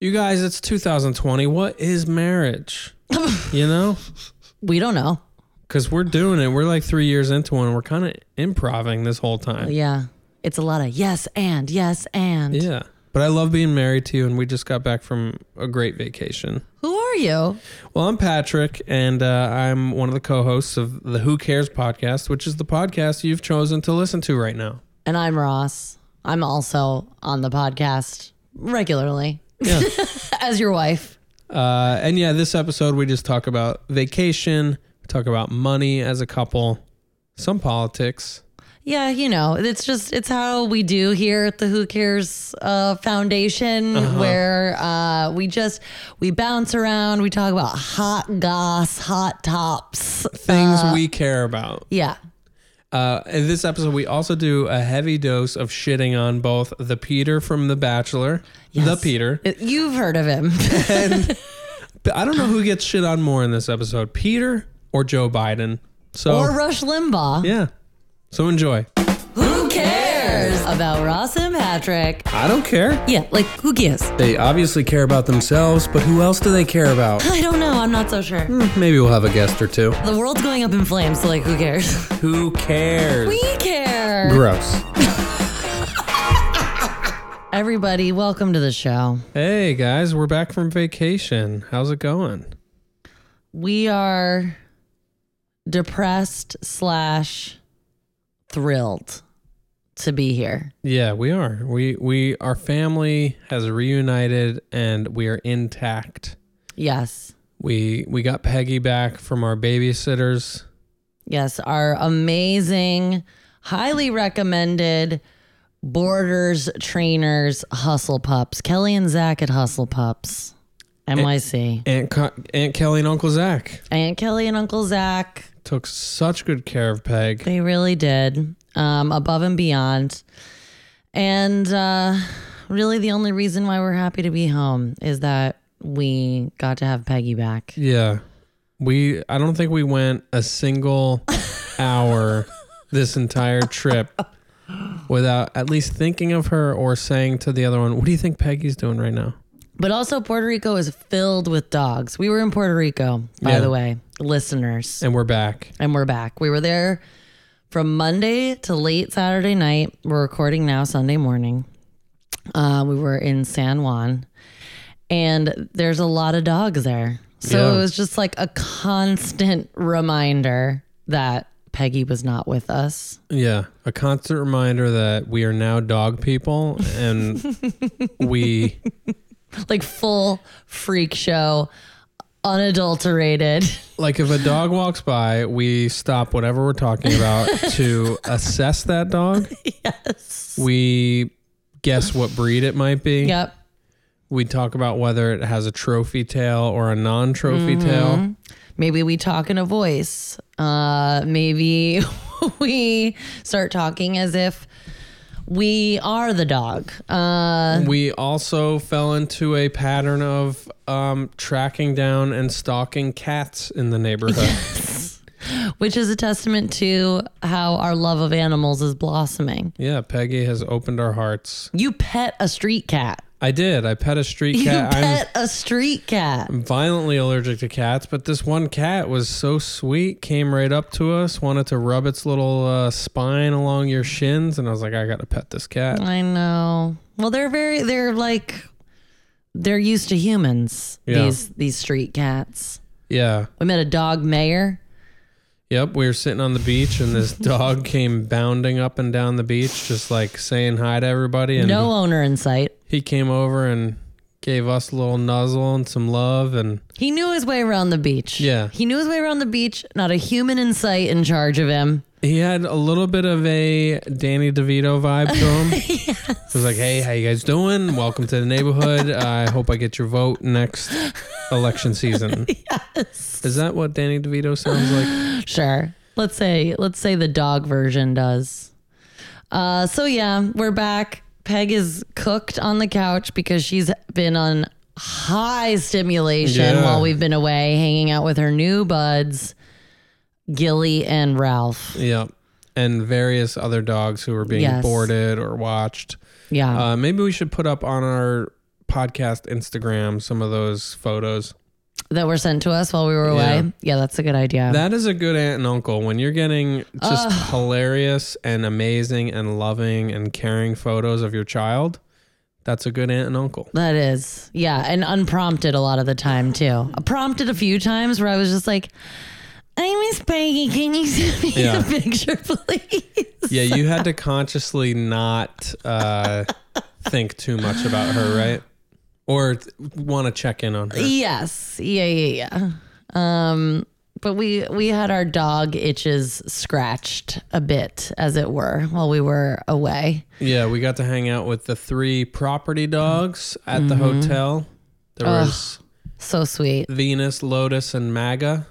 You guys, it's 2020. What is marriage? you know? We don't know. Because we're doing it. We're like three years into one. We're kind of improving this whole time. Oh, Yeah. It's a lot of yes and yes and. Yeah. But I love being married to you, and we just got back from a great vacation. Who are you? Well, I'm Patrick, and uh, I'm one of the co hosts of the Who Cares podcast, which is the podcast you've chosen to listen to right now. And I'm Ross. I'm also on the podcast regularly Yeah. as your wife. Uh, and yeah, this episode we just talk about vacation, we talk about money as a couple, some politics. Yeah, you know, it's just it's how we do here at the Who Cares uh, Foundation, Uh-huh. where uh, we just we bounce around, we talk about hot goss, hot tops. Things we care about. Yeah, Uh, in this episode, we also do a heavy dose of shitting on both the Peter from The Bachelor, the Peter. It- Uh, you've heard of him. But I don't know who gets shit on more in this episode, Peter or Joe Biden. So or Rush Limbaugh. yeah, so enjoy. Who cares about Ross and Patrick? I don't care. Yeah, like who gives? They obviously care about themselves, but who else do they care about? Hmm, I don't know. I'm not so sure. Maybe we'll have a guest or two. The world's going up in flames, so like who cares? Who cares? We care. Gross. Everybody, welcome to the show. Hey guys, we're back from vacation. How's it going? We are depressed slash thrilled to be here. Yeah, we are. We we our family has reunited and we are intact. Yes. We we got Peggy back from our babysitters. Yes, our amazing, highly recommended boarders, trainers, hustle pups. Kelly and Zach at Hustle Pups, NYC. Aunt Co- Aunt Kelly and Uncle Zach Aunt Kelly and Uncle Zach, took such good care of Peg. they really did, um, above and beyond. And uh, really, the only reason why we're happy to be home is that we got to have Peggy back. Yeah. We I don't think we went a single hour this entire trip without at least thinking of her or saying to the other one, "What do you think Peggy's doing right now?" But also, Puerto Rico is filled with dogs. We were in Puerto Rico, by Yeah. the way, listeners. And we're back. and we're back. We were there from Monday to late Saturday night. We're recording now Sunday morning. Uh, we were in San Juan, and there's a lot of dogs there. So Yeah. it was just like a constant reminder that Peggy was not with us. Yeah, a constant reminder that we are now dog people and we Like full freak show, unadulterated. like if a dog walks by, we stop whatever we're talking about to assess that dog. Yes. We guess what breed it might be. yep. We talk about whether it has a trophy tail or a non-trophy tail. Maybe we talk in a voice. Uh, maybe we start talking as if we are the dog. Uh, We also fell into a pattern of um, tracking down and stalking cats in the neighborhood. which is a testament to how our love of animals is blossoming. yeah, Peggy has opened our hearts. You pet a street cat. I did. I pet a street You cat. I'm pet a street cat. violently allergic to cats, but this one cat was so sweet, came right up to us, wanted to rub its little uh, spine along your shins, and I was like, I gotta pet this cat. I know. Well, they're very. They're like. They're used to humans. Yeah. These these street cats. Yeah. We met a dog mayor. Yep. We were sitting on the beach, and this dog came bounding up and down the beach, just like saying hi to everybody. And No owner in sight. he came over and gave us a little nuzzle and some love, and He knew his way around the beach. Yeah. He knew his way around the beach. Not a human in sight in charge of him. he had a little bit of a Danny DeVito vibe to him. It was like, hey, how you guys doing? Welcome to the neighborhood. I hope I get your vote next election season. Is that what Danny DeVito sounds like? Sure. Let's say let's say the dog version does. Uh so yeah, we're back. Peg is cooked on the couch because she's been on high stimulation Yeah. while we've been away hanging out with her new buds, Gilly and Ralph. Yep. And various other dogs who were being Yes. boarded or watched. Yeah. Uh, maybe we should put up on our podcast Instagram some of those photos. that were sent to us while we were away. Yeah. Yeah, that's a good idea. That is a good aunt and uncle when you're getting just hilarious and amazing and loving and caring photos of your child. That's a good aunt and uncle. that is, yeah, and unprompted a lot of the time too. Prompted a few times where I was just like, "I miss Peggy. Can you send me Yeah. a picture, please?" Yeah, you had to consciously not uh, think too much about her, right? Or want to check in on her. Yes. Yeah, yeah, yeah. Um but we we had our dog itches scratched a bit as it were while we were away. Yeah, we got to hang out with the three property dogs at the hotel. There was So sweet. Venus, Lotus, and Maga.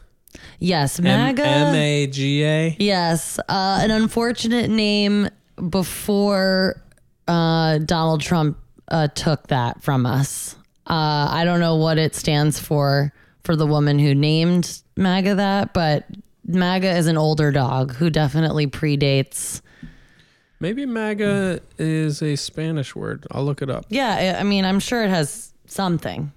Yes, MAGA. M A G A. yes, uh an unfortunate name before uh Donald Trump uh took that from us. Uh I don't know what it stands for for the woman who named MAGA that, but MAGA is an older dog who definitely predates Maybe Maga is a Spanish word. I'll look it up. Yeah, I I mean, I'm sure it has something.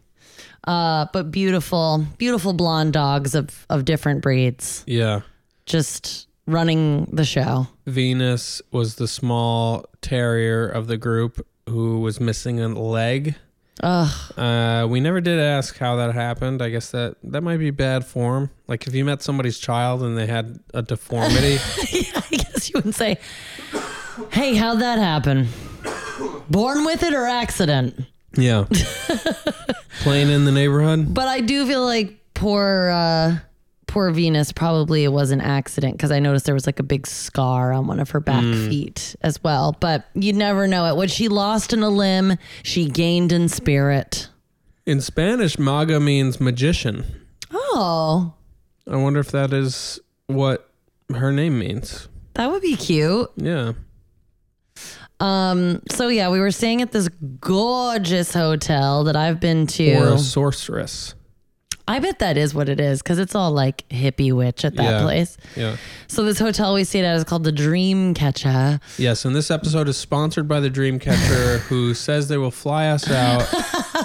Uh, but beautiful, beautiful blonde dogs of of different breeds, Yeah. just running the show. Venus was the small terrier of the group who was missing a leg. Ugh, Uh, we never did ask how that happened. I guess that that might be bad form. Like if you met somebody's child and they had a deformity, I guess you would say, "Hey, how'd that happen? Born with it or accident?" yeah, playing in the neighborhood. But I do feel like poor uh, poor Venus probably it was an accident because I noticed there was like a big scar on one of her back feet as well. But you never know it. What she lost in a limb, she gained in spirit. In Spanish, maga means magician. Oh, I wonder if that is what her name means. that would be cute. Yeah. Um, so yeah, we were staying at this gorgeous hotel that I've been to. Or a sorceress. I bet that is what it is because it's all like hippie witch at that Yeah. place. Yeah. So this hotel we stayed at is called the Dream Catcher. Yes, and this episode is sponsored by the Dreamcatcher, who says they will fly us out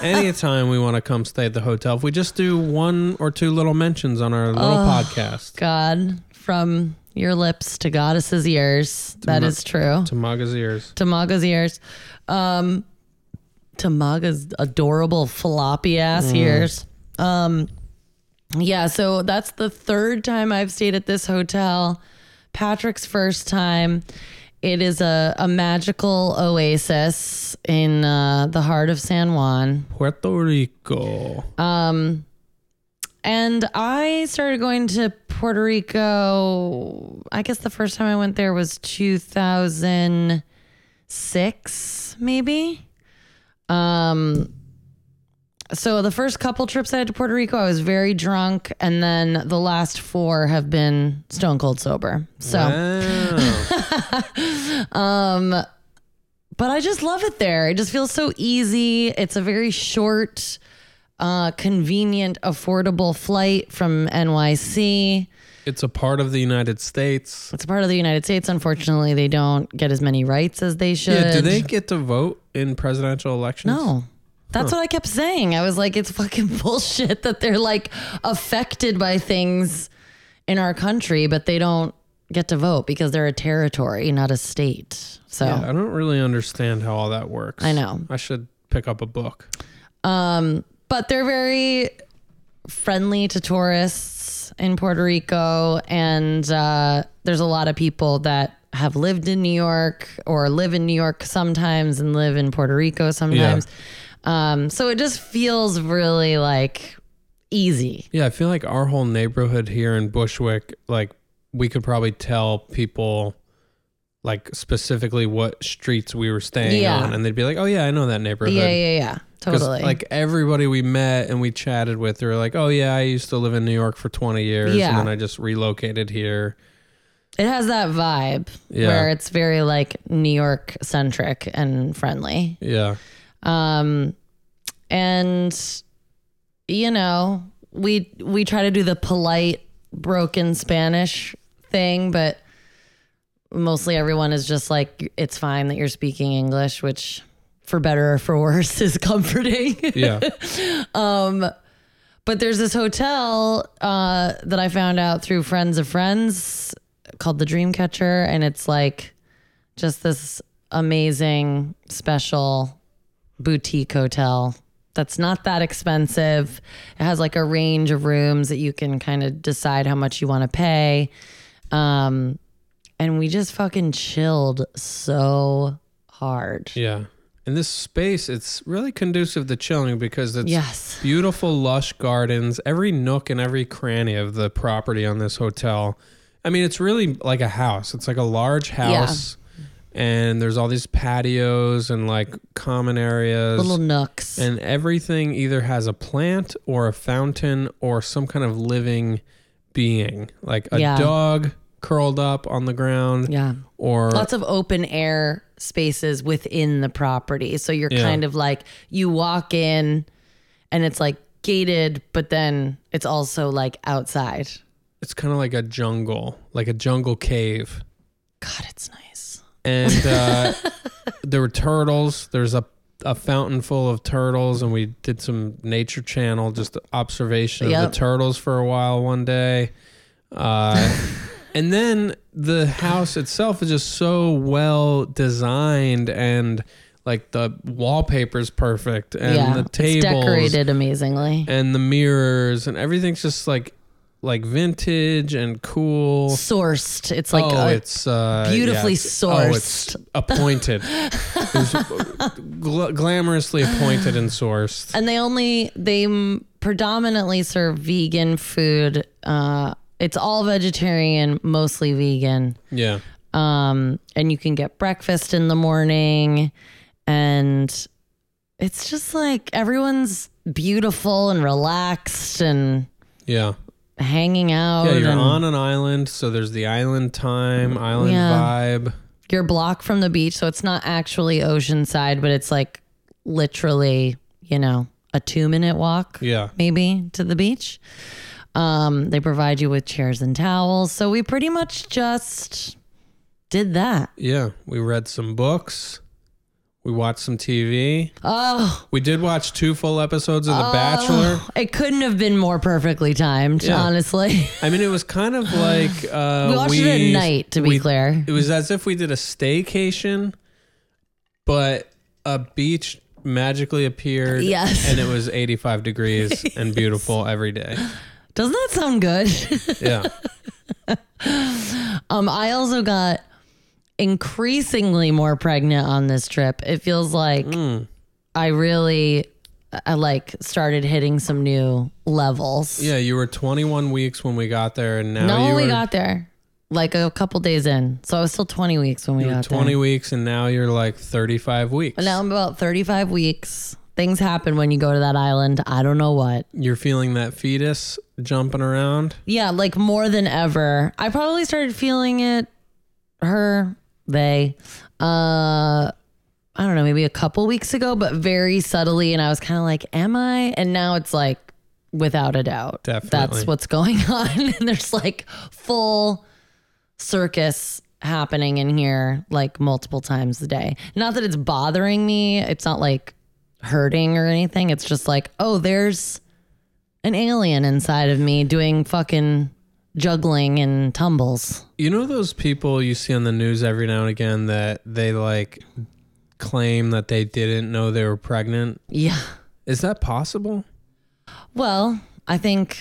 anytime we want to come stay at the hotel. If we just do one or two little mentions on our little podcast God, from your lips to goddesses' ears. That is true. to Maga's ears. To Maga's ears. Um, to Maga's adorable floppy ass ears. Um, yeah, so that's the third time I've stayed at this hotel. Patrick's first time. It is a, a magical oasis in uh, the heart of San Juan. Puerto Rico. Uh. And I started going to Puerto Rico. I guess the first time I went there was 2006, maybe. Um, so the first couple trips I had to Puerto Rico, I was very drunk, and then the last four have been stone cold sober. So, Wow. but I just love it there. It just feels so easy. It's a very short, uh, convenient, affordable flight from NYC. it's a part of the United States. It's a part of the United States. Unfortunately, they don't get as many rights as they should. Yeah, do they get to vote in presidential elections? No. That's what I kept saying. I was like, it's fucking bullshit that they're like affected by things in our country, but they don't get to vote because they're a territory, not a state. So Yeah, I don't really understand how all that works. I know. I should pick up a book. but they're very friendly to tourists in Puerto Rico, and uh, there's a lot of people that have lived in New York or live in New York sometimes and live in Puerto Rico sometimes. Um, so it just feels really like easy. Yeah, I feel like our whole neighborhood here in Bushwick, like we could probably tell people like specifically what streets we were staying Yeah. on and they'd be like, "Oh yeah, I know that neighborhood." Yeah, yeah, yeah. 'Cause, Totally. like everybody we met and we chatted with, they were like, "Oh yeah, I used to live in New York for 20 years Yeah. and then I just relocated here." it has that vibe Yeah. where it's very like New York centric and friendly. Yeah. um and you know we we try to do the polite broken spanish thing but mostly everyone is just like it's fine that you're speaking english which for better or for worse is comforting. Yeah. But there's this hotel uh, that I found out through friends of friends called the Dreamcatcher, and it's like just this amazing special boutique hotel that's not that expensive. It has like a range of rooms that you can kind of decide how much you want to pay. Um, and we just fucking chilled so hard. Yeah. In this space, it's really conducive to chilling because it's Yes. beautiful, lush gardens, every nook and every cranny of the property on this hotel. I mean, it's really like a house. It's like a large house, and there's all these patios and like common areas. Little nooks. and everything either has a plant or a fountain or some kind of living being, like a Yeah. dog curled up on the ground yeah. or lots of open air spaces within the property. So you're kind of like you walk in and it's like gated, but then it's also like outside. it's kind of like a jungle, like a jungle cave. God, it's nice. and uh, there were turtles. There's a a fountain full of turtles, and we did some nature channel just observation of Yep. the turtles for a while one day. Uh, and then the house itself is just so well designed, and like the wallpaper's perfect, and yeah. the it's tables, decorated amazingly. and the mirrors, and everything's just like like vintage and cool. Sourced. It's like oh, a- it's uh, beautifully it's- Oh, it's appointed. it was gl- glamorously appointed and sourced. and they only they m- predominantly serve vegan food. Uh it's all vegetarian, mostly vegan. Yeah, um, and you can get breakfast in the morning and it's just like everyone's beautiful and relaxed and yeah, hanging out yeah. You're and on an island, so there's the island time, island Yeah. vibe. you're blocked from the beach so it's not actually oceanside but it's like literally you know a two minute walk Yeah, maybe to the beach um, they provide you with chairs and towels so we pretty much just did that yeah. We read some books. We watched some TV. oh We did watch two full episodes of The Bachelor. It couldn't have been more perfectly timed, Yeah. honestly. I mean, it was kind of like uh, we watched it at night, to be we- clear. It was as if we did a staycation, but a beach magically appeared. Yes. And it was 85 degrees and beautiful every day. Doesn't that sound good? Yeah. um, I also got increasingly more pregnant on this trip. It feels like I really, I like started hitting some new levels. Yeah. You were 21 weeks when we got there, and now no, you we were got there like a couple days in, so I was still twenty weeks when we got 20 there. weeks, and now you're like 35 weeks. Now I'm about thirty-five weeks. Things happen when you go to that island. I don't know what. You're feeling that fetus jumping around. Yeah, like more than ever. I probably started feeling it her, they uh I don't know, maybe a couple weeks ago, but very subtly and I was kind of like, am I? And now it's like without a doubt. Definitely. That's what's going on and there's like full circus happening in here like multiple times a day. Not that it's bothering me. It's not like hurting or anything. It's just like, oh, there's an alien inside of me doing fucking juggling and tumbles. You know those people you see on the news every now and again that they like claim that they didn't know they were pregnant? Yeah. Is that possible? Well, I think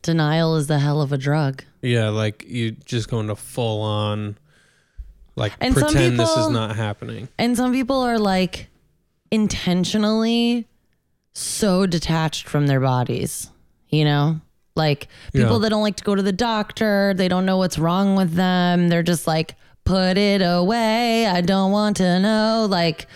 denial is the hell of a drug. Yeah, like you just going to full on, like And some pretend this is people- not happening. And some people are like intentionally so detached from their bodies, you know? Like people Yeah. that don't like to go to the doctor, they don't know what's wrong with them. They're just like, put it away. I don't want to know. Like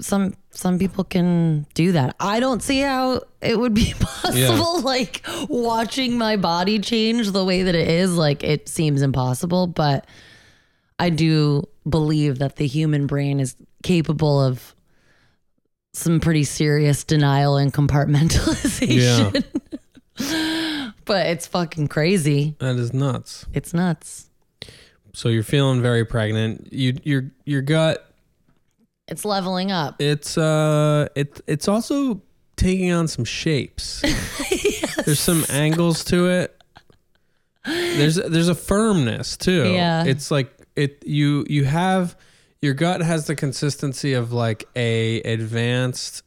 some some people can do that. I don't see how it would be possible like watching my body change the way that it is. Like it seems impossible, but I do believe that the human brain is capable of some pretty serious denial and compartmentalization. but it's fucking crazy. That is nuts. It's nuts. So you're feeling very pregnant. You your your gut It's leveling up. It's uh, it it's also taking on some shapes. There's some angles to it. There's there's a firmness too. Yeah. It's like it you you have your gut has the consistency of like a advanced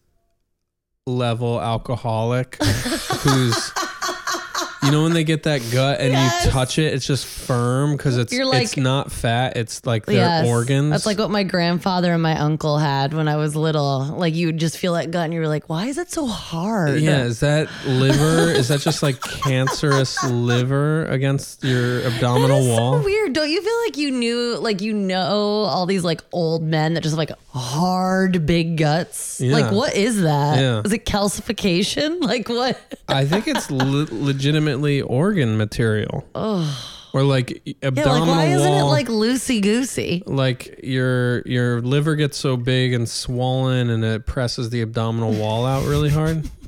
level alcoholic who's you know when they get that gut and you touch it it's just firm because it's You're like- it's not fat it's like their Yes. organs That's like what my grandfather and my uncle had when I was little. Like you would just feel that gut and you were like, why is it so hard? Yeah, is that liver? is that just like cancerous liver against your That abdominal is wall? so weird. Don't you feel like you knew, like you know, all these like old men that just have like hard big guts? Yeah. Like what is that? Is Yeah. it calcification? Like what? I think it's le- legitimately organ material. Oh. Or like e, Yeah, abdominal like why isn't it wall. like loosey goosey? like your your liver gets so big and swollen and it presses the abdominal wall out really hard.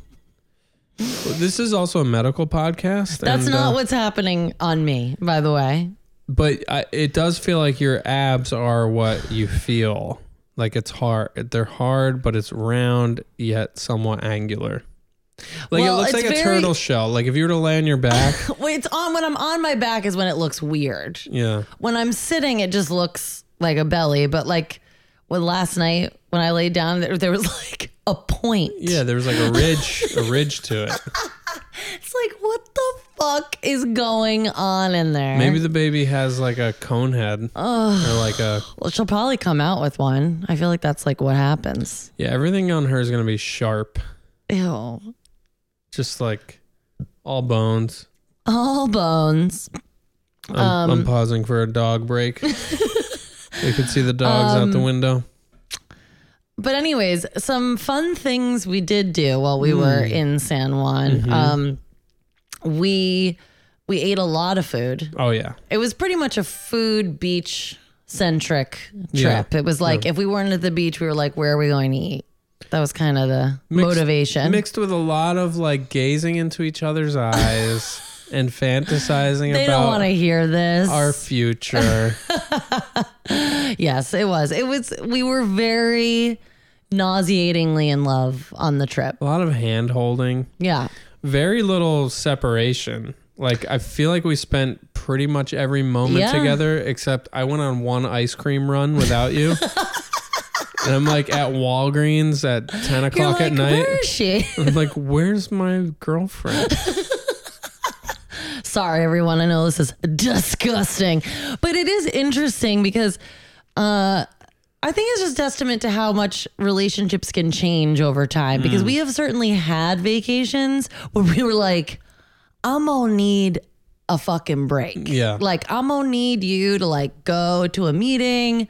Well, this is also a medical podcast. That's and, not uh, what's happening on me, by the way. but I, it does feel like your abs are what you feel like it's hard they're hard but it's round yet somewhat angular like Well, it looks it's like a very- turtle shell like if you were to lay on your back Wait, it's on when I'm on my back is when it looks weird. yeah When I'm sitting, it just looks like a belly. But like when last night when I laid down, there, there was like a point. yeah there's like a ridge a ridge to it It's like what the fuck is going on in there? maybe the baby has like a cone head or like a well, she'll probably come out with one. I feel like that's like what happens. yeah everything on her is gonna be sharp Ew, just like all bones all bones. i'm, Um, I'm pausing for a dog break you can see the dogs out the Um, window But anyways, some fun things we did do while we were Hmm. in San Juan. Mm-hmm. Um, we we ate a lot of food. oh yeah It was pretty much a food beach centric Yeah. trip. It was like if we weren't at the beach, we were like, where are we going to eat? That was kind of the motivation. mixed with a lot of like gazing into each other's eyes and fantasizing they don't about want to hear this. our future. yes, it was. It was. We were very nauseatingly in love on the trip. a lot of hand holding, Yeah. very little separation. Like I feel like we spent pretty much every moment Yeah. together except I went on one ice cream run without you. and I'm like at Walgreens at 10 You're o'clock like, at night. where is she? I'm like, where's my girlfriend? Sorry, everyone. I know this is disgusting, but it is interesting because uh, I think it's just testament to how much relationships can change over time. Because we have certainly had vacations where we were like, "I'm gonna need a fucking break." Yeah. like I'm gonna need you to like go to a meeting,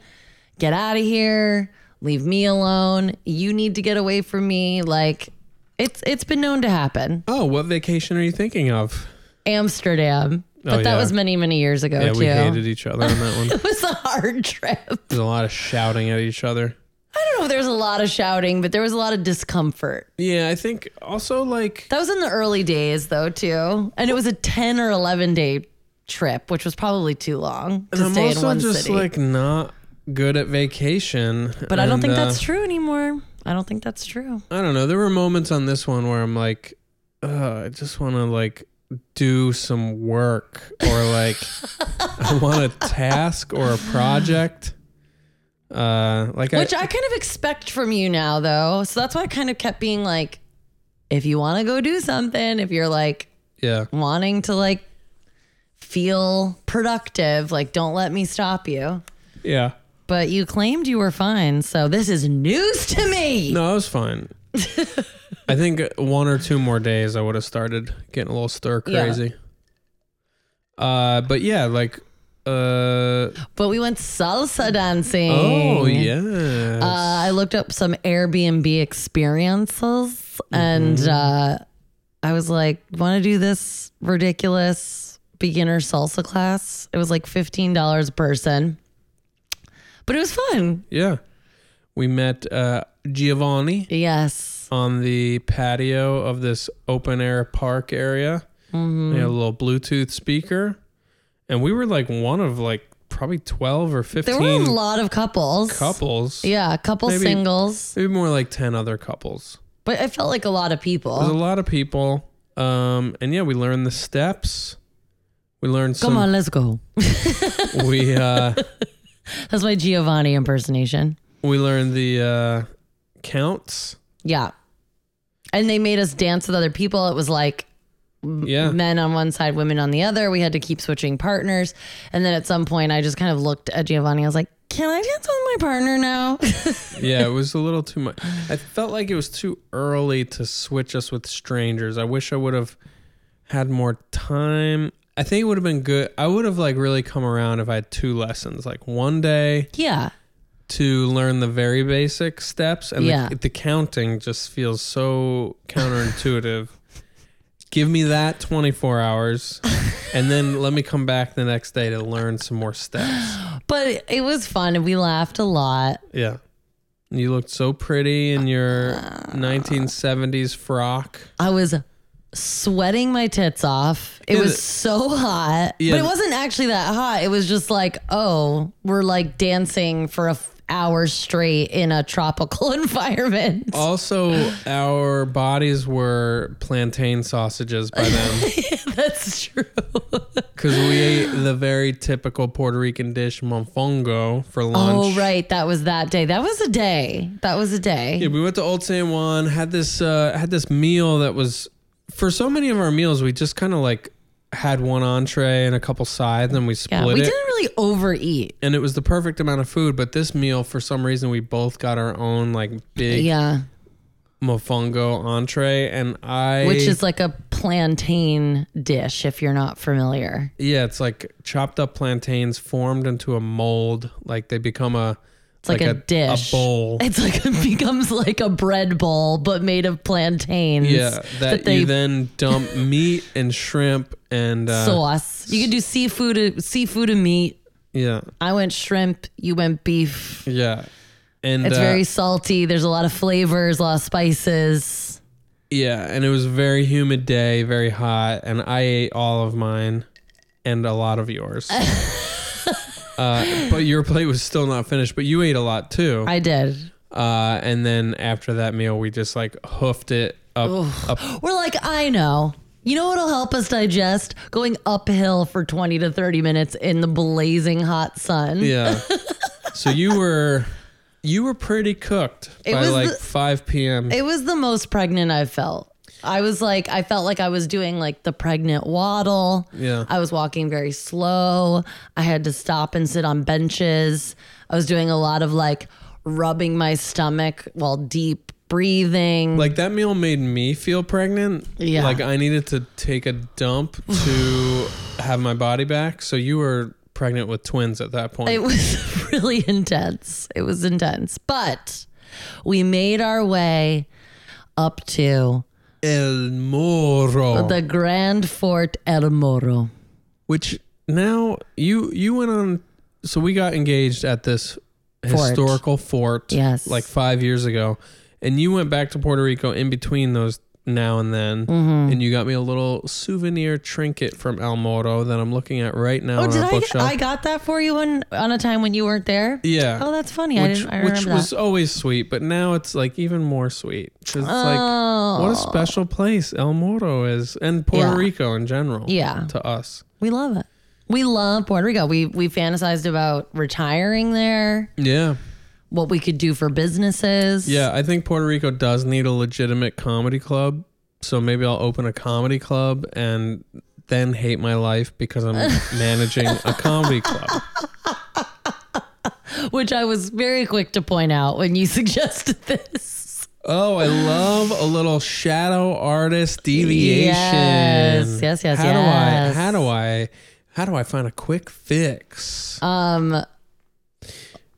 get out of here, leave me alone. You need to get away from me. Like, it's it's been known to happen. Oh, what vacation are you thinking of? Amsterdam. But that Oh, yeah. was many, many years ago Yeah, too. we hated each other on that one. it was a hard trip. There's a lot of shouting at each other. I don't know if there was a lot of shouting, but there was a lot of discomfort. Yeah, I think also like That was in the early days though too. And it was a 10 or 11 day trip, which was probably too long to I'm stay also in one just city. like not good at vacation. but I don't think that's true. true anymore. I don't think that's true. I don't know. There were moments on this one where I'm like, uh, I just want to like do some work or like I want a task or a project. Uh, like Which I, I kind of expect from you now, though. So that's why I kind of kept being like, if you want to go do something, if you're like yeah, wanting to like feel productive, like don't let me stop you. yeah. But you claimed you were fine, so this is news to me. No, I was fine. I think one or two more days I would have started getting a little stir Yeah. crazy. Uh, but yeah, like, uh, But we went salsa dancing. oh yeah, Uh, I looked up some Airbnb experiences Mm-hmm. and uh, I was like, want to do this ridiculous beginner salsa class? It was like $15 a person, but it was fun. yeah. We met uh, Giovanni Yes. on the patio of this open air park Mm-hmm. area. They had a little Bluetooth speaker, and we were like one of like probably 12 or There were a 15 lot of couples. couples. Yeah, a couple Maybe- singles. Maybe more like 10 other couples. But it felt like a lot of There's a people. lot of people. Um, and yeah, we learned the steps. We learned some. Come on, let's go. We, uh, That's my Giovanni impersonation. we learned the uh, counts. Yeah. And they made us dance with other people. It was like Yeah. men on one side, women on the other. We had to keep switching partners. And then at some point, I just kind of looked at Giovanni. I was like, can I dance with my partner now? yeah, it was a little too much. I felt like it was too early to switch us with strangers. I wish I would have had more time. I think it would have been good. I would have like really come around if I had two lessons, like one day yeah. to learn the very basic steps, and Yeah. the, the counting just feels so counterintuitive. Give me that 24 hours, and then let me come back the next day to learn some more steps. But it was fun and we laughed a lot. Yeah. You looked so pretty in your 1970s frock. I was sweating my tits off. It Yeah, was the- so hot, Yeah, but it the- wasn't actually that hot. It was just like, oh, we're like dancing for a f- hour straight in a tropical environment. Oh. Also, our bodies were plantain sausages by then That's true. because we ate the very typical Puerto Rican dish, mofongo, for lunch. Oh, right. That was that day. That was a day. That was a day. Yeah, we went to Old San Juan, had this uh, had this meal that was for so many of our meals, we just kind of like had one entree and a couple sides, and we split Yeah, we it. didn't really overeat. And it was the perfect amount of food. But this meal, for some reason, we both got our own like big Yeah, mofongo entree, and I which is like a plantain dish if you're not familiar. Yeah, it's like chopped up plantains formed into a mold, like they become a It's like, a, dish. a bowl. It's like it becomes like a bread bowl, but made of plantains. Yeah, that, they- you then dump meat and shrimp and uh, sauce. You could do seafood, seafood and meat. yeah, I went shrimp. You went beef. yeah, and It's uh, very salty. There's a lot of flavors, a lot of spices. yeah, and it was a very humid day, very hot, and I ate all of mine and a lot of yours. Uh, but your plate was still not finished, but you ate a lot too. I did. Uh, and then after that meal, we just like hoofed it up, up We're like, I know. You know what'll help us digest? Going uphill for 20 to 30 minutes in the blazing hot sun. Yeah. so you were you were pretty cooked by was like the- 5 p.m. It was the most pregnant I felt. I was like, I felt like I was doing like the pregnant waddle. Yeah. I was walking very slow. I had to stop and sit on benches. I was doing a lot of like rubbing my stomach while deep breathing. like that meal made me feel pregnant. Yeah. Like I needed to take a dump to have my body back. So you were pregnant with twins at that point. it was really intense. It was intense. But we made our way up to El Moro, the Grand Fort El Moro. which now you you went on. So we got engaged at this historical fort. Yes. Like five years ago, and you went back to Puerto Rico in between those now and then, Mm-hmm. and you got me a little souvenir trinket from El Moro that I'm looking at right now Oh, on did our I? bookshelf. I got that for you on on a time when you weren't there. yeah. Oh, that's funny. I which didn't. I remember which that. was always sweet, but now it's like even more sweet 'Cause it's like what a special place El Moro is, and Puerto Oh. Yeah. Rico in general. Yeah. to us. we love it. We love Puerto Rico. We we fantasized about retiring there, Yeah, what we could do for businesses. yeah. I think Puerto Rico does need a legitimate comedy club, so maybe I'll open a comedy club and then hate my life because I'm managing a comedy club. Which I was very quick to point out when you suggested this. Oh, I love a little shadow artist deviation. Yes, yes, yes, How yes. do I? How do I? How do I find a quick fix? Um,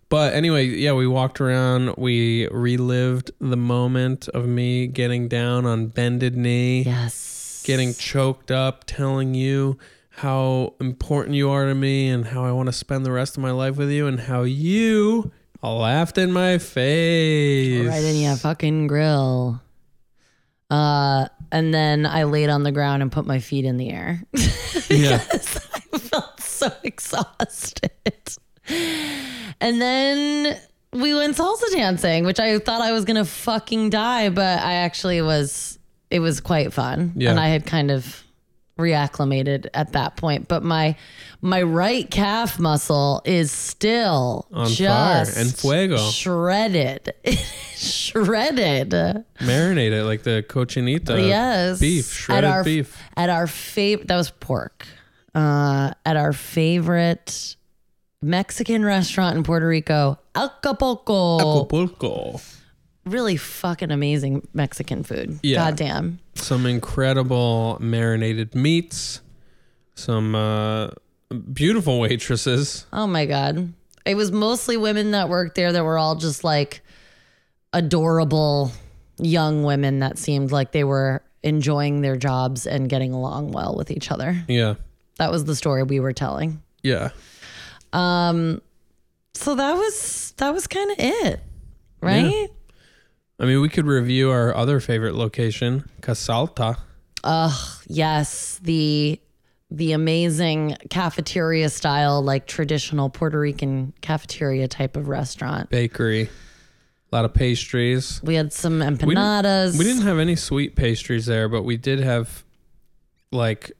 But anyway, yeah, we walked around. We relived the moment of me getting down on bended knee, yes. getting choked up, telling you how important you are to me and how I want to spend the rest of my life with you, and how you laughed in my face. right in your fucking grill. Uh, and then I laid on the ground and put my feet in the air. Yeah. I felt so so exhausted. And then we went salsa dancing, which I thought I was gonna fucking die, but I actually was. It was quite fun, Yeah. and I had kind of reacclimated at that point. But my my right calf muscle is still On fire just and fuego. shredded, shredded. Marinate it like the cochinita. yes, Beef, shredded at our, beef. At our favorite, that was pork. Uh, at our favorite Mexican restaurant in Puerto Rico, Acapulco. Acapulco. Really fucking amazing Mexican food. Yeah. Goddamn. Some incredible marinated meats. Some uh, beautiful waitresses. Oh my God. It was mostly women that worked there that were all just like adorable young women that seemed like they were enjoying their jobs and getting along well with each other. Yeah. That was the story we were telling. Yeah. So that was that was kind of it, right? I mean, we could review our other favorite location, Casalta. Yes, the the amazing cafeteria style, like traditional Puerto Rican cafeteria type of restaurant. bakery. A lot of pastries. We had some We empanadas. didn't, we didn't have any sweet pastries there, but we did have like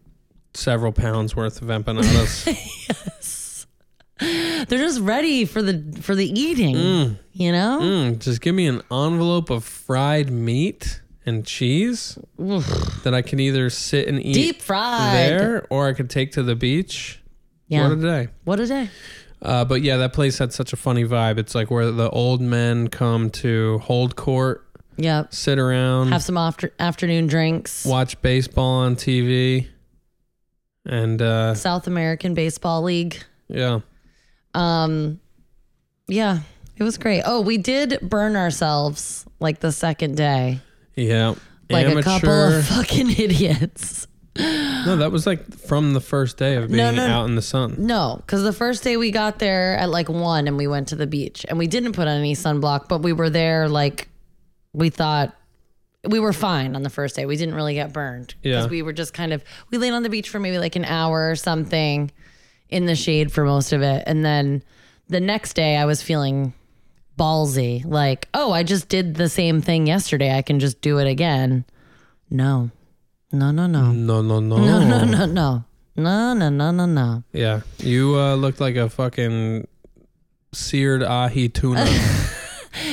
several pounds worth of empanadas. They're just ready for the for the eating, you know. Mm, just give me an envelope of fried meat and cheese that I can either sit and eat Deep fried. there or I could take to the beach. Yeah. What a day. What a day. Uh, but yeah, that place had such a funny vibe. It's like where the old men come to hold court, Yep. sit around, Have some after, afternoon drinks. watch baseball on TV. And uh, South American Baseball League. yeah. Um, yeah, it was great. Oh, we did burn ourselves like the second day, Yeah. like Amateur. a couple of fucking idiots. no, that was like from the first day of being No, no, no. out in the sun. No, because the first day we got there at like one and we went to the beach and we didn't put on any sunblock, but we were there like we thought we were fine on the first day. We didn't really get burned Yeah. we were just kind of we laid on the beach for maybe like an hour or something in the shade for most of it, and then the next day I was feeling ballsy, like oh I just did the same thing yesterday, I can just do it again. No, no, no, no, No, no, no. no, no, no, no, no, no, no, no, no. Yeah. You uh, looked like a fucking seared ahi tuna.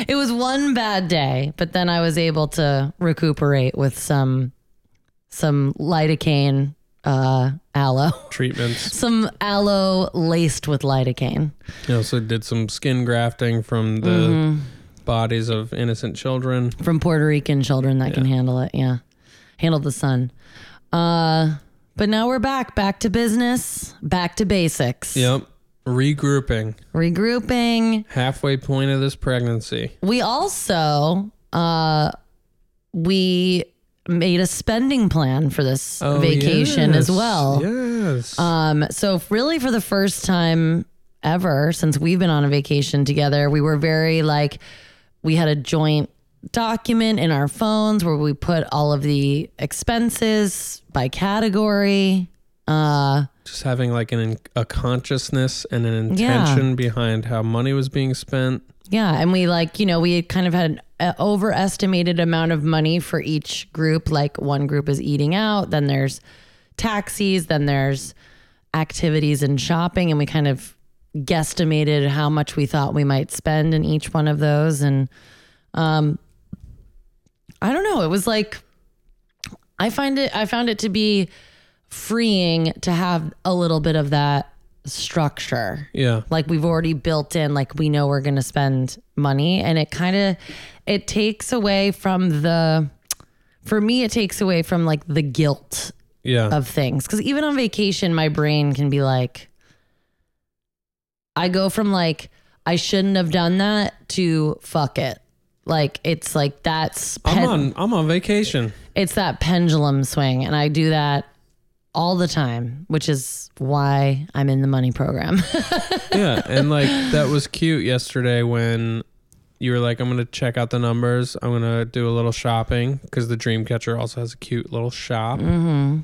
It was one bad day, but then I was able to recuperate with some some lidocaine uh aloe. treatments. Some aloe laced with lidocaine. You also did some skin grafting from the Mm-hmm. bodies of innocent children. From Puerto Rican children that can handle it, yeah. Handle the sun. Uh but now we're back, back to business, back to basics. Yep. Regrouping. Regrouping. Halfway point of this pregnancy. We also uh we made a spending plan for this vacation as yes, well. Yes. Um, so f- really for the first time ever since we've been on a vacation together, we were very like we had a joint document in our phones where we put all of the expenses by category. Uh Just having like an a consciousness and an intention behind how money was being spent. yeah, and we like, you know, we had kind of had an uh, overestimated amount of money for each group. Like one group is eating out, then there's taxis, then there's activities and shopping and we kind of guesstimated how much we thought we might spend in each one of those and um I don't know it was like I find it I found it to be freeing to have a little bit of that structure Yeah. like we've already built in like we know we're going to spend money and it kind of it takes away from the for me it takes away from like the guilt Yeah. of things because even on vacation my brain can be like i go from like i shouldn't have done that to fuck it like it's like that's I'm pen- on I'm on vacation. it's that pendulum swing and i do that all the time which is why i'm in the money program Yeah, and like that was cute yesterday when you were like I'm going to check out the numbers. I'm going to do a little shopping cuz the Dreamcatcher also has a cute little shop. and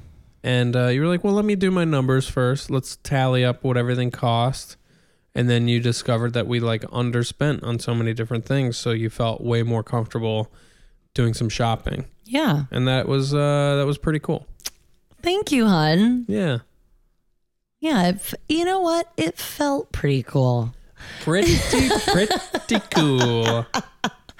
uh, you were like, "Well, let me do my numbers first. Let's tally up what everything cost." And then you discovered that we like underspent on so many different things, so you felt way more comfortable doing some shopping, Yeah. and that was uh, that was pretty cool. Thank you, hun. Yeah, Yeah. It, f- you know what? It felt pretty cool. pretty pretty cool.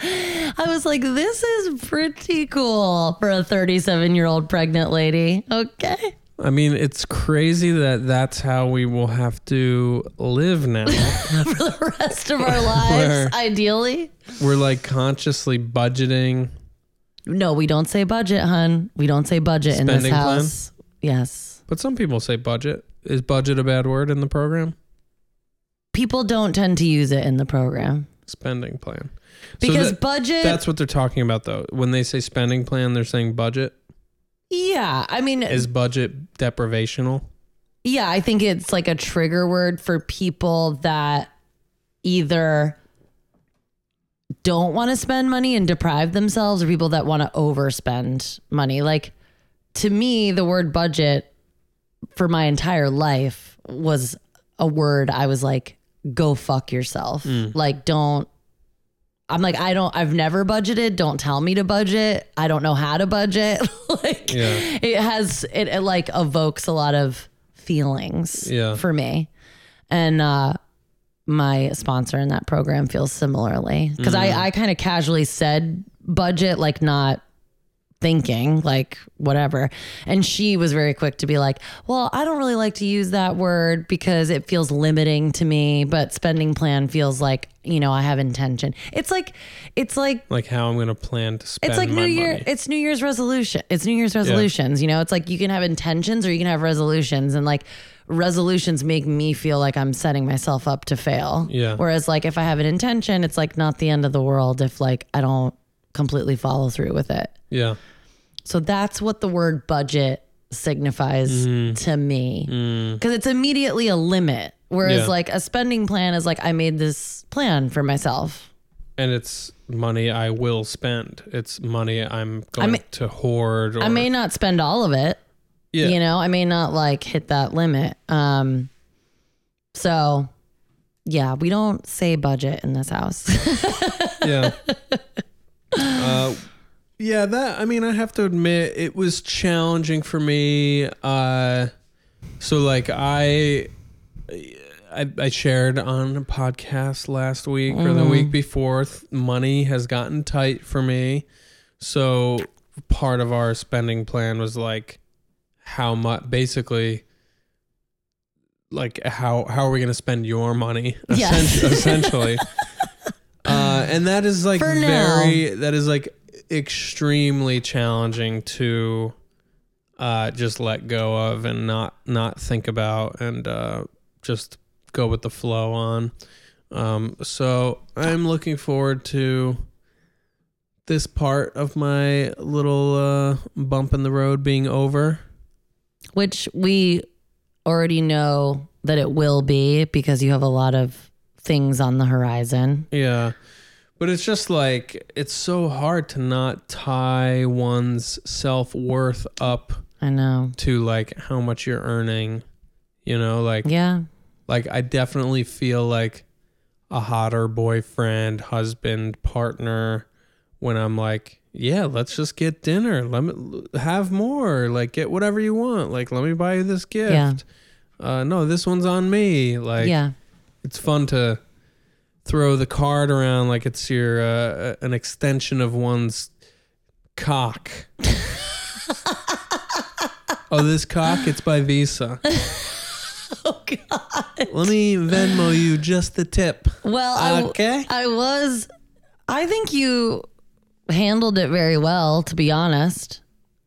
I was like, this is pretty cool for a 37 year old pregnant lady. Okay. I mean, it's crazy that that's how we will have to live now. For the rest of our lives, Where- ideally. We're like consciously budgeting. No, we don't say budget, hun. We don't say budget in this Spending plan? house. Yes. But some people say budget. Is budget a bad word in the program? People don't tend to use it in the program Spending plan. So because that- budget. that's what they're talking about, though. When they say spending plan, they're saying budget. yeah. I mean, Is budget deprivational? Yeah, I think it's like a trigger word for people that either don't want to spend money and deprive themselves or people that want to overspend money. Like to me, the word budget for my entire life was a word I was like, go fuck yourself. Like, don't. I'm like, I don't, I've never budgeted. Don't tell me to budget. I don't know how to budget. like, Yeah. it has it, it like evokes a lot of feelings Yeah. for me and uh my sponsor in that program feels similarly because i i kind of casually said budget like not thinking like whatever and she was very quick to be like well i don't really like to use that word because it feels limiting to me but spending plan feels like you know i have intention it's like it's like Like how I'm going to plan to spend it's like my New Year. money. It's New Year's resolution. It's New Year's resolutions. You know, it's like you can have intentions or you can have resolutions, and like resolutions make me feel like I'm setting myself up to fail. Yeah. Whereas like if I have an intention, it's like not the end of the world if like I don't completely follow through with it. yeah. So that's what the word budget signifies Mm-hmm. to me. Because it's immediately a limit. Whereas Mm. Yeah. like a spending plan is like I made this plan for myself. And it's money I will spend. It's money I'm going may- to hoard. Or, I may not spend all of it. yeah. you know i may not like hit that limit um so yeah we don't say budget in this house yeah. Uh, yeah, that I mean, I have to admit it was challenging for me. Uh, so like I, I, I shared on a podcast last week or the week before. Th- money has gotten tight for me, so part of our spending plan was like how much basically like how how are we going to spend your money Yes. essen- essentially uh and that is like For now. very that is like extremely challenging to uh just let go of and not not think about and uh just go with the flow on um so i'm looking forward to this part of my little uh bump in the road being over which we already know that it will be because you have a lot of things on the horizon Yeah. But it's just like it's so hard to not tie one's self worth up i know to like how much you're earning. You know, like yeah like I definitely feel like a hotter boyfriend, husband, partner when I'm like, yeah, let's just get dinner. Let me have more. Like get whatever you want. Like let me buy you this gift. Yeah. Uh no, this one's on me. Like yeah it's fun to throw the card around like it's your uh, an extension of one's cock. oh, this cock it's by Visa. oh god Let me Venmo you just the tip. well I w- Okay. I was i think you handled it very well to be honest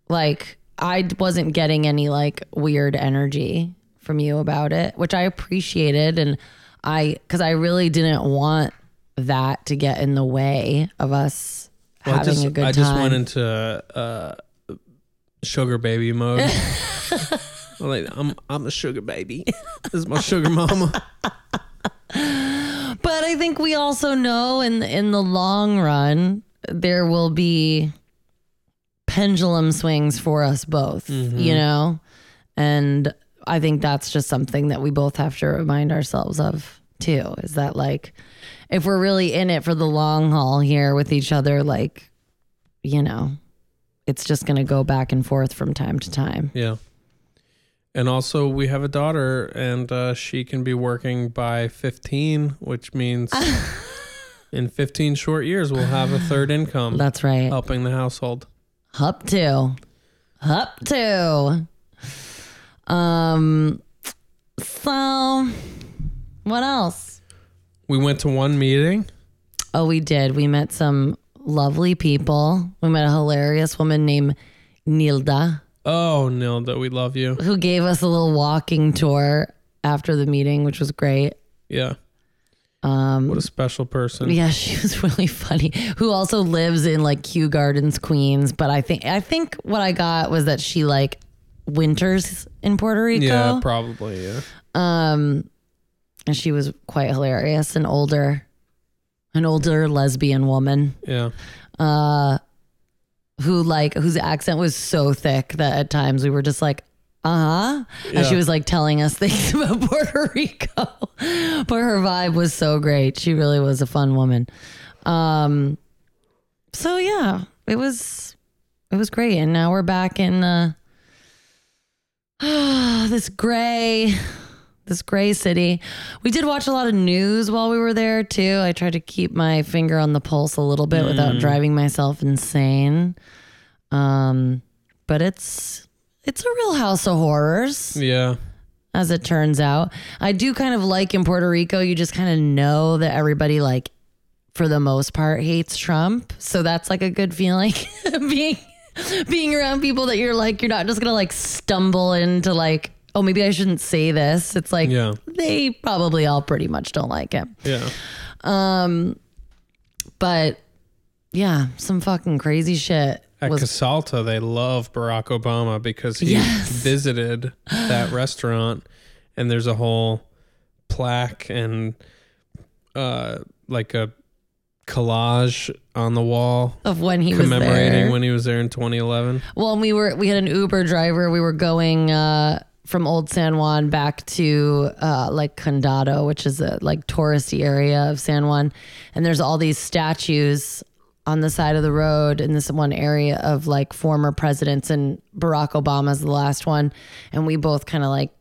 like i wasn't getting any like weird energy from you about it which i appreciated and i because i really didn't want that to get in the way of us Well, I having just a good I time just went into uh, sugar baby mode. I'm like I'm I'm a sugar baby. This is my sugar mama. but i think we also know in in the long run there will be pendulum swings for us both, you know? And I think that's just something that we both have to remind ourselves of too is that like if we're really in it for the long haul here with each other, like, you know, it's just going to go back and forth from time to time. Yeah. And also, we have a daughter, and uh, she can be working by 15, which means in 15 short years, we'll have a third income That's right. helping the household. Up to. Up to. Um so what else? We went to one meeting. Oh, we did. We met some lovely people. We met a hilarious woman named Nilda Oh, Nilda, we love you. who gave us a little walking tour after the meeting, which was great. Yeah. Um What a special person. yeah, she was really funny. Who also lives in like Kew Gardens, Queens, but I think I think what I got was that she like winters in Puerto Rico. Yeah, probably. Yeah. Um, and she was quite hilarious, an older, an older lesbian woman, Yeah. uh, who like whose accent was so thick that at times we were just like, uh huh, and she Yeah. was like telling us things about Puerto Rico, but her vibe was so great. She really was a fun woman. Um, so yeah, it was, it was great, and now we're back in uh, this gray this gray city. We did watch a lot of news while we were there too. I tried to keep my finger on the pulse a little bit without driving myself insane. Um, but it's it's a real house of horrors, Yeah. as it turns out. I do kind of like in Puerto Rico, you just kind of know that everybody like for the most part hates Trump. So that's like a good feeling being being around people that you're like you're not just going to like stumble into like oh maybe I shouldn't say this. It's like Yeah. they probably all pretty much don't like it. Yeah. But yeah, some fucking crazy shit. At was- Casalta, they love Barack Obama because he Yes. visited that restaurant, and there's a whole plaque and uh, like a collage on the wall Of when he was commemorating there. when he was there in 2011. well, and we were we had an Uber driver. We were going uh, from Old San Juan back to uh, like Condado, which is a like touristy area of San Juan, and there's all these statues on the side of the road in this one area of like former presidents, and Barack Obama's the last one, and we both kind of like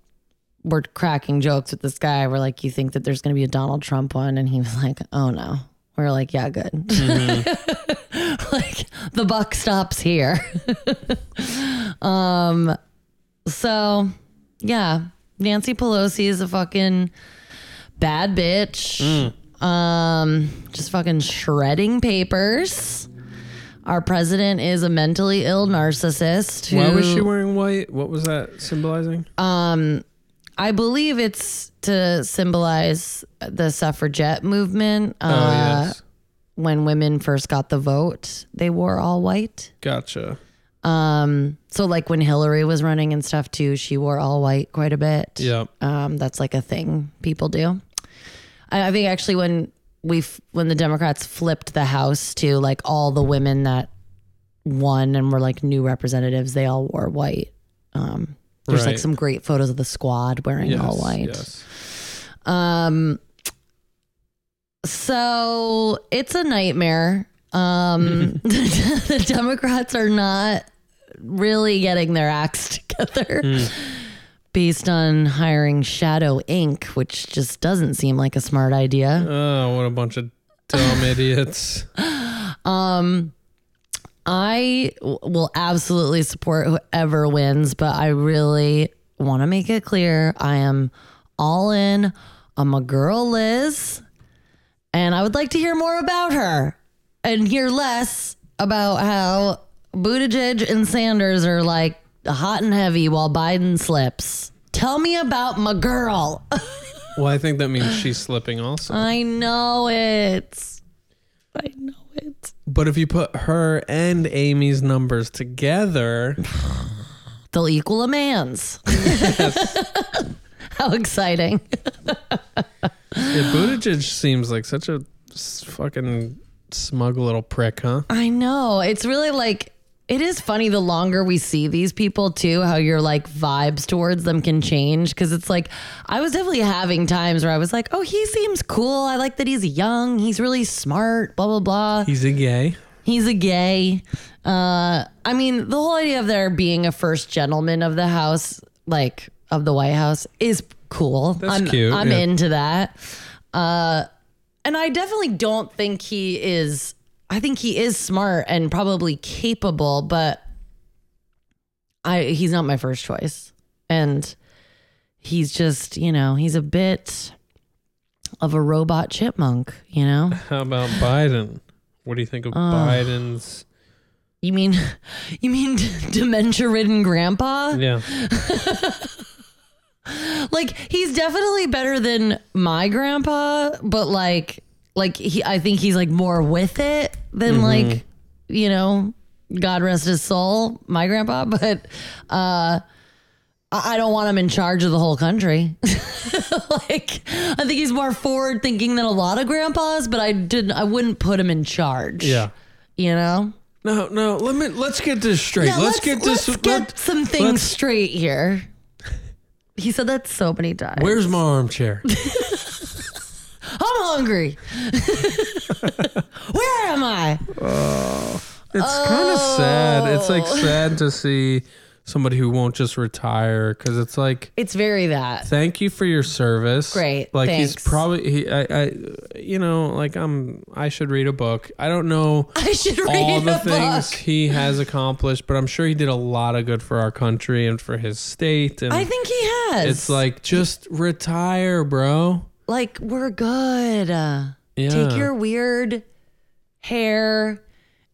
we're cracking jokes with this guy. We're like, you think that there's going to be a Donald Trump one? And he was like, oh no. We are like, yeah, good. like the buck stops here. um, so yeah, Nancy Pelosi is a fucking bad bitch. Um, just fucking shredding papers. Our president is a mentally ill narcissist. Who, Why was she wearing white? What was that symbolizing? I believe it's to symbolize the suffragette movement. Uh, oh yes, When women first got the vote, they wore all white. gotcha. Um, so like when Hillary was running and stuff too, she wore all white quite a bit. Yeah, Um, that's like a thing people do. I, I think actually when we f- when the Democrats flipped the House to like all the women that won and were like new representatives, they all wore white. Um, there's like Right. some great photos of the squad wearing yes, all white. Yes. Um, so it's a nightmare. Um, the Democrats are not really getting their acts together based on hiring Shadow Inc., which just doesn't seem like a smart idea. Oh, what a bunch of dumb idiots. I w- will absolutely support whoever wins, but I really want to make it clear I am all in. I'm a girl, Liz, and I would like to hear more about her and hear less about how Buttigieg and Sanders are like hot and heavy while Biden slips. Tell me about my girl. Well, I think that means she's slipping also. I know it. I know it. But if you put her and Amy's numbers together, They'll equal a man's. How exciting. yeah, Buttigieg seems like such a s- fucking smug little prick, huh? Uh. I know. It's really like It is funny the longer we see these people too, how your like vibes towards them can change. Cause it's like, I was definitely having times where I was like, oh, he seems cool. I like that he's young. He's really smart, blah, blah, blah. He's a gay. He's a gay. Uh, I mean, the whole idea of there being a first gentleman of the house, like of the White House, is cool. I'm, cute, I'm yeah. into that. Uh, and I definitely don't think he is. I think he is smart and probably capable, but I he's not my first choice, and he's just you know he's a bit of a robot chipmunk. You know. How about Biden? What do you think of Biden's? You mean, you mean dementia-ridden grandpa? Yeah, Like he's definitely better than my grandpa, but like, like he, I think he's like more with it than Mm-hmm. like, you know, God rest his soul, my grandpa. But uh, I, I don't want him in charge of the whole country. like, I think he's more forward-thinking than a lot of grandpas, but I didn't, I wouldn't put him in charge. yeah. you know. No, no. Let me. Let's get this straight. Yeah, let's, get this. Let's get let- some things let's- straight here. He said that so many times. where's my armchair? I'm hungry. Where am I? It's kind of sad. It's Oh. like sad to see somebody who won't just retire because it's like, It's very that. thank you for your service. Great, Like he's thanks. probably he. I, I. You know, like I'm. I should read a book. I don't know. I should read all the a things book. he has accomplished, but I'm sure he did a lot of good for our country and for his state. And I think he has. it's like just retire, bro. like we're good. Uh, Yeah. Take your weird hair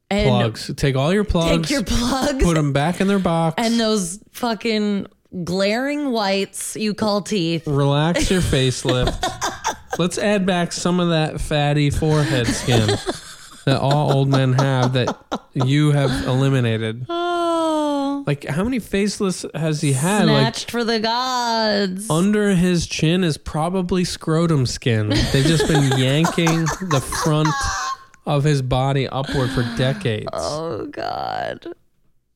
and plugs. Take all your plugs. take your plugs put them back in their box. and those fucking glaring whites you call teeth. relax your facelift. Let's add back some of that fatty forehead skin that all old men have that you have eliminated. Oh, Like how many faceless has he had? Like snatched for the gods. under his chin is probably scrotum skin. They've just been yanking the front of his body upward for decades. Oh God.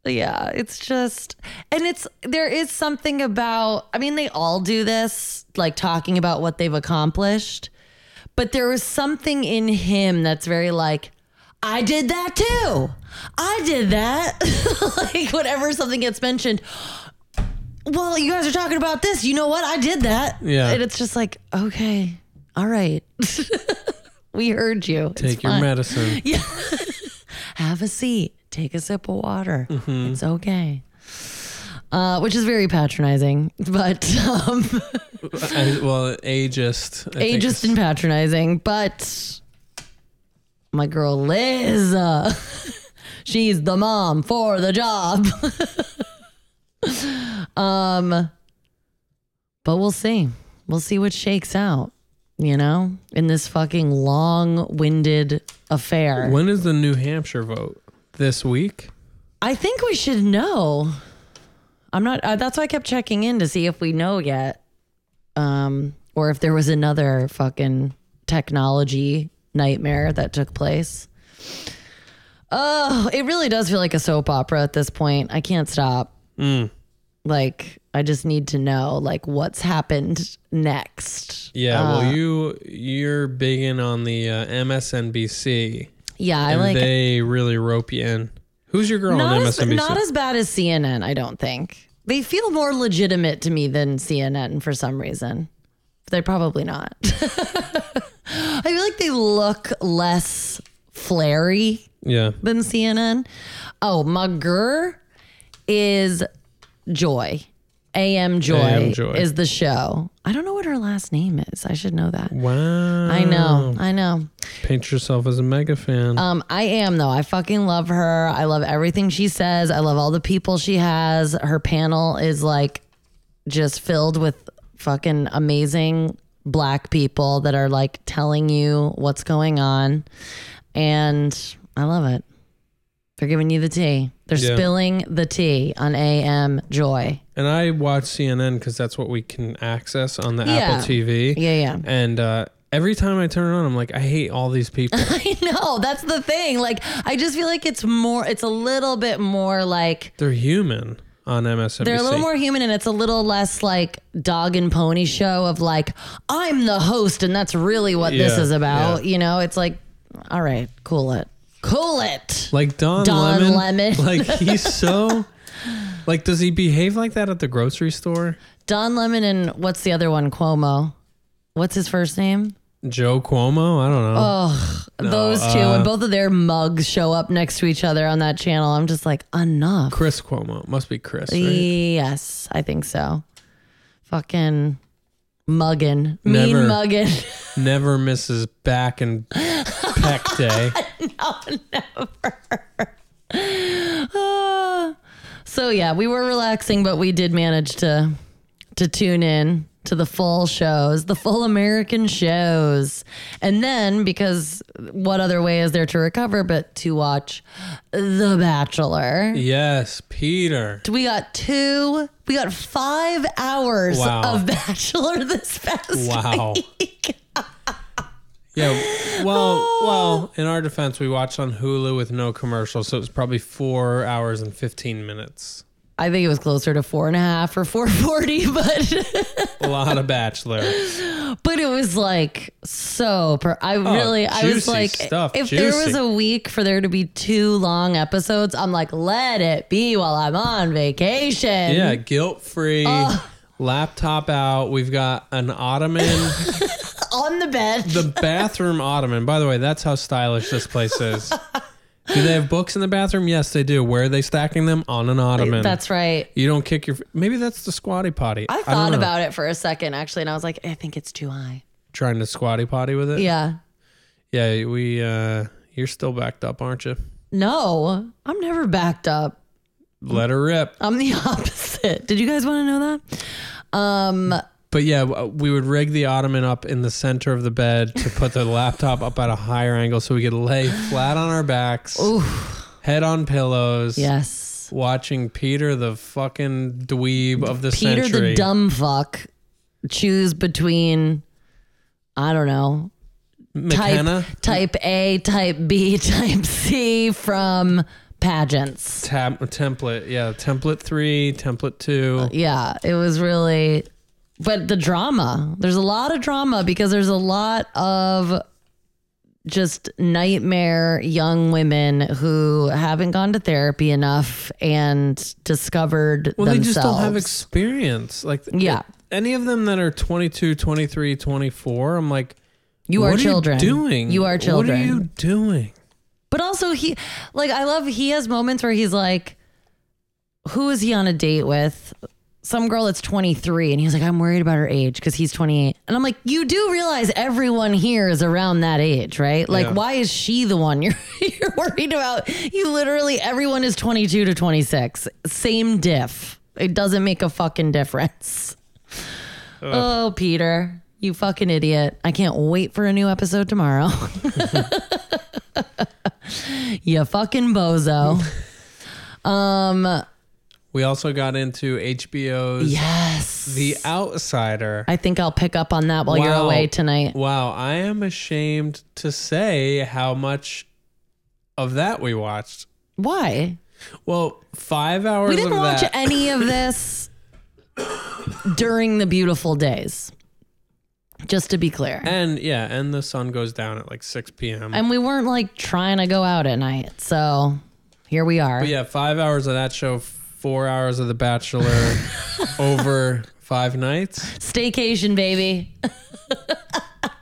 Yeah, it's just and it's there is something about I mean, they all do this, like talking about what they've accomplished. But there was something in him that's very like, I did that too. I did that. like whenever something gets mentioned, well, you guys are talking about this. You know what? I did that. Yeah. And it's just like, okay, all right. we heard you. It's Take your fine medicine. have a seat, take a sip of water. Mm-hmm. It's okay. Uh, which is very patronizing, but um, I- Uh, well, ageist. I think ageist and patronizing. But my girl Liz, uh, she's the mom for the job. um, but we'll see. We'll see what shakes out. You know, in this fucking long-winded affair. When is the New Hampshire vote? This week? I think we should know. I'm not. Uh, that's why I kept checking in to see if we know yet, um, or if there was another fucking technology nightmare that took place. Oh, it really does feel like a soap opera at this point. I can't stop. Like, I just need to know like what's happened next. Yeah. Uh, well, you you're big in on the uh, MSNBC, Yeah, I and like they really rope you in. Who's your girl not on as, MSNBC? not as bad as CNN, I don't think. They feel more legitimate to me than CNN for some reason. But they're probably not. I feel like they look less flary yeah. than CNN. Oh, Magur is Joy. AM Joy, AM Joy. is the show. I don't know what her last name is. I should know that. Wow. I know. Mm. I know. Paint yourself as a mega fan. Um, I am though. I fucking love her. I love everything she says. I love all the people she has. Her panel is like just filled with fucking amazing black people that are like telling you what's going on. And I love it. They're giving you the tea. They're Yeah. spilling the tea on AM Joy. and I watch CNN because that's what we can access on the Yeah. Apple TV. Yeah, yeah. And uh, every time I turn it on, I'm like, I hate all these people. I know. That's the thing. Like, I just feel like it's more, it's a little bit more like, They're human on MSNBC. they're a little more human and it's a little less like dog and pony show of like, I'm the host and that's really what this Yeah, is about. You know, it's like, all right, cool it. Cool it. like Don, Don Lemon. Lemon. Like he's so. Like, does he behave like that at the grocery store? Don Lemon and what's the other one? Cuomo. What's his first name? Joe Cuomo? I Oh, don't know. Those two. uh, and both of their mugs show up next to each other on that channel. I'm just like, enough. Chris Cuomo. Must be Chris. Right? Yes, I think so. Fucking muggin, Never. mean muggin. Never misses back and peck day. so yeah, we were relaxing, but we did manage to to tune in to the full shows, the full American shows, and then because what other way is there to recover but to watch The Bachelor? Yes, Peter. We got two, we got five hours Wow. of Bachelor this past Wow. week. Yeah. Well, well, in our defense, we watched on Hulu with no commercials, so it was probably four hours and fifteen minutes. I think it was closer to four and a half or four forty, but A lot of Bachelor. but it was like so. Per- I really, I was Oh, juicy like, stuff, if there was juicy. a week for there to be two long episodes, I'm like, let it be while I'm on vacation. Yeah, guilt free. Laptop out. We've got an ottoman, on the bed. the bathroom ottoman. By the way, that's how stylish this place is. Do they have books in the bathroom? Yes, they do. Where are they stacking them? On an ottoman. That's right. You don't kick your. Maybe that's the squatty potty. I don't thought know. about it for a second actually, and I was like, I think it's too high. trying to squatty potty with it. Yeah. Yeah, we. uh You're still backed up, aren't you? No, I'm never backed up. Let her rip. I'm the opposite. Did you guys want to know that? Um, But yeah, w- uh, we would rig the ottoman up in the center of the bed to put the laptop up at a higher angle so we could lay flat on our backs, head on pillows, yes. watching Peter the fucking dweeb of the Peter century. the dumb fuck choose between I don't know type McKenna type A, type B, type C from pageants. tab- template. Yeah, template three, template Uh, two. Yeah, it was really but the drama. There's a lot of drama because there's a lot of just nightmare young women who haven't gone to therapy enough and discovered Well, themselves. they just don't have experience. Like Yeah. any of them that are 22, 23, 24, I'm like, you are what children. Are you doing? You are children. What are you doing? But also he like I love he has moments where he's like who is he on a date with? Some girl that's 23 and he's like I'm worried about her age cuz he's 28. And I'm like you do realize everyone here is around that age, right? Like Yeah. why is she the one you're you're worried about? You literally everyone is 22 to 26. Same diff. It doesn't make a fucking difference. Oh, Peter, you fucking idiot. I can't wait for a new episode tomorrow. you fucking bozo. We also got into HBO's Yes. The Outsider. I think I'll pick up on that while you're Wow. away tonight. Wow, I am ashamed to say how much of that we watched. Why? Well, five hours We didn't of watch that. any of this during the beautiful days. Just to be clear. and yeah, and the sun goes down at like 6 p.m. And we weren't like trying to go out at night. So here we are. yeah, five hours of that show, four hours of The Bachelor over five nights. Staycation, baby.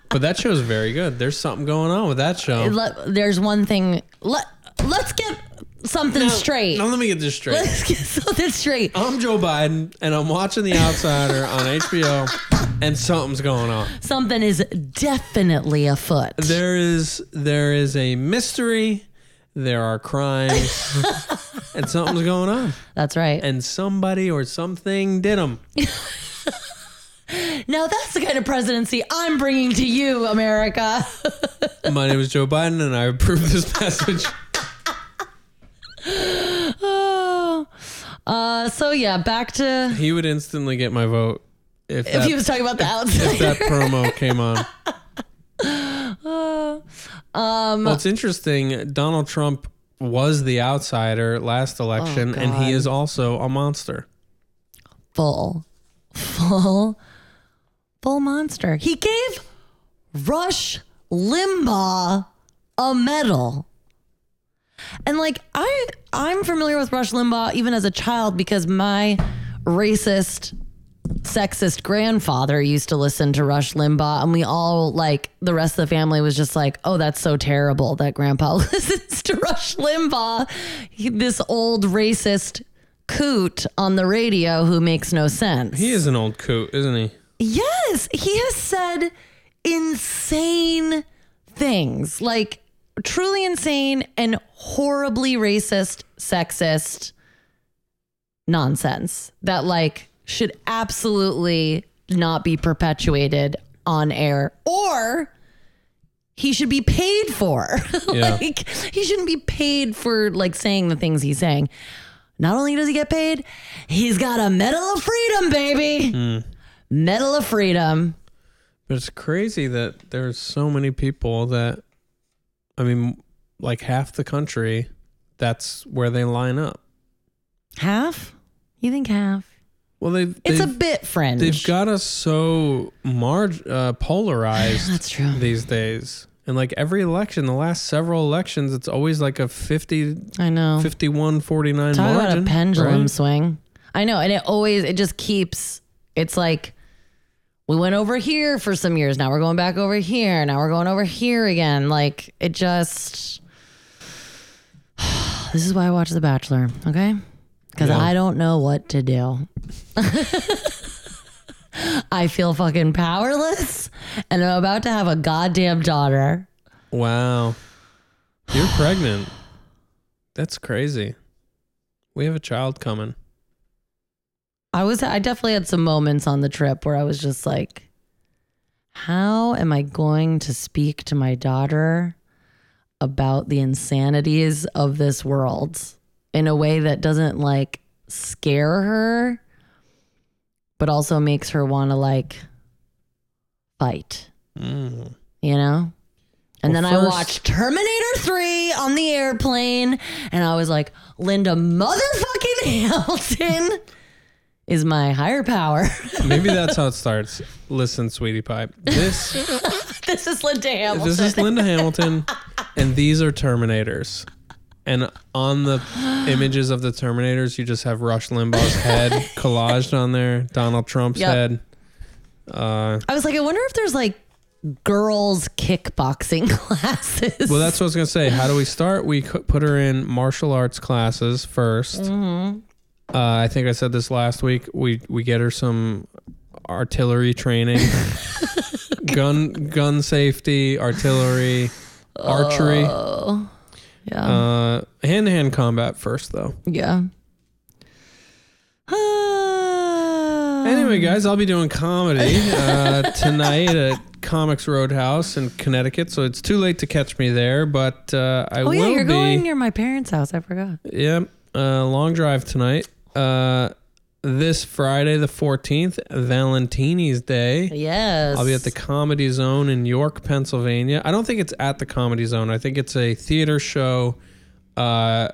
But that show is very good. There's something going on with that show. Let, there's one thing. Let, let's get something straight. Now, let me get this straight. Let's get something straight. I'm Joe Biden, and I'm watching The Outsider on HBO, and something's going on. Something is definitely afoot. There is there is a mystery. There are crimes, and something's going on. That's right. And somebody or something did them. now that's the kind of presidency I'm bringing to you, America. My name is Joe Biden, and I approve this message. Oh. Uh, so yeah, back to He would instantly get my vote if if that, he was talking about the outside. if that promo came on. Um, well, it's interesting. Donald Trump was the outsider Oh, last election, and he is also a monster. full, full, full monster. He gave Rush Limbaugh a medal. And like I I'm familiar with Rush Limbaugh even as a child because my racist sexist grandfather used to listen to Rush Limbaugh and we all like the rest of the family was just like, "Oh, that's so terrible that grandpa listens to Rush Limbaugh, He- this old racist coot on the radio who makes no sense." He is an old coot, isn't he? Yes, he has said insane things like truly insane and horribly racist, sexist nonsense that like should absolutely not be perpetuated on air or he should be paid for. Yeah. like he shouldn't be paid for like saying the things he's saying. Not only does he get paid, he's got a Medal of Freedom, baby. Medal of Freedom. But it's crazy that there's so many people that, I mean, like half the country, that's where they line up. Half? You think half? Well, they've It's a they've- bit fringe. They've got us so marg- uh, polarized. That's true. These days. And like every election, the last several elections, it's always like a 50, I know. 51, 49 Oh. Talk margin. about a pendulum right? swing. I know, and it always it just keeps. It's like we went over here for some years. Now we're going back over here. Now we're going over here again. Like it just. This is why I watch The Bachelor. Okay, because Yeah. I don't know what to do. I feel fucking powerless, and I'm about to have a goddamn daughter. Wow. You're pregnant. That's crazy. We have a child coming. I was I definitely had some moments on the trip where I was just like how am I going to speak to my daughter about the insanities of this world in a way that doesn't like scare her but also makes her want to like fight. Mm. You know? And Well, then I first- watched Terminator 3 on the airplane and I was like, Linda motherfucking Hamilton is my higher power. Maybe that's how it starts. Listen, sweetie pie. This this is Linda Hamilton. this is Linda Hamilton, and these are Terminators. And on the images of the Terminators, you just have Rush Limbaugh's head collaged on there, Donald Trump's Yep. head. Uh, I was like, I wonder if there's like girls kickboxing classes. well, that's what I was gonna say. How do we start? We co- put her in martial arts classes 1st Mm-hmm. Uh, I think I said this last week. We we get her some artillery training, gun gun safety, artillery, archery. Uh. yeah. Uh, hand to hand combat first, though. yeah. Ah. Anyway, guys, I'll be doing comedy uh, tonight at Comics Roadhouse in Connecticut, so it's too late to catch me there. But uh, I Oh will yeah, you're be. going near my parents' house. I forgot. yeah, uh, long drive tonight. Uh, this Friday, the fourteenth, Valentini's Day. Yes. I'll be at the Comedy Zone in York, Pennsylvania. I don't think it's at the Comedy Zone. I think it's a theater show uh,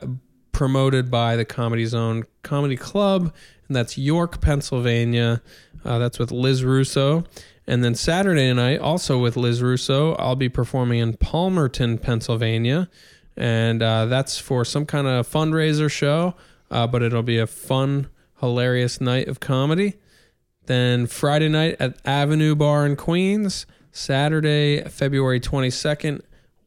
promoted by the Comedy Zone Comedy Club, and that's York, Pennsylvania. Uh, that's with Liz Russo. And then Saturday night, also with Liz Russo, I'll be performing in Palmerton, Pennsylvania. And uh, that's for some kind of fundraiser show, uh, but it'll be a fun, hilarious night of comedy. Then Friday night at Avenue Bar in Queens. Saturday, February 22nd,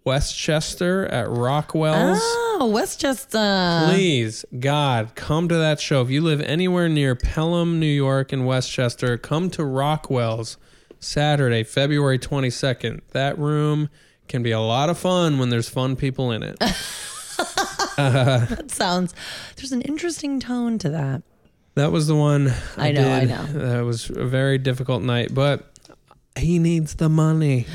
Westchester at Rockwell's. Oh, Westchester. Please, God, come to that show. If you live anywhere near Pelham, New York, and Westchester, come to Rockwell's Saturday, February 22nd. That room can be a lot of fun when there's fun people in it. That sounds. There's an interesting tone to that. That was the one. I know, I did. know. That was a very difficult night, but he needs the money.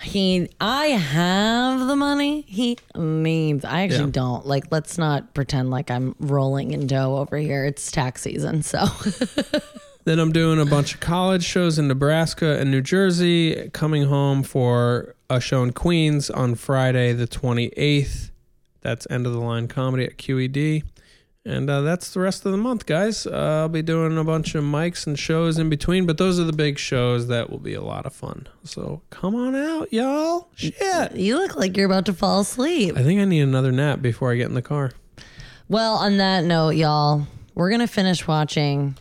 He, I have the money he needs. I actually Yeah. don't. Like, let's not pretend like I'm rolling in dough over here. It's tax season, so Then I'm doing a bunch of college shows in Nebraska and New Jersey, coming home for a a show in Queens on Friday, the 28th. That's end of the line comedy at QED. And uh, that's the rest of the month, guys. Uh, I'll be doing a bunch of mics and shows in between, but those are the big shows that will be a lot of fun. So come on out, y'all. Shit. You look like you're about to fall asleep. I think I need another nap before I get in the car. Well, on that note, y'all, we're gonna finish watching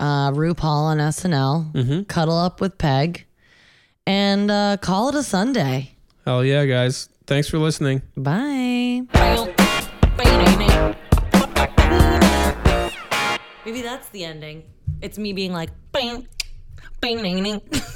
uh, RuPaul on SNL, cuddle up with Peg, and uh, call it a Sunday. Hell yeah, guys. Thanks for listening. Bye. Maybe that's the ending. It's me being like, bing, bing, ding, ding.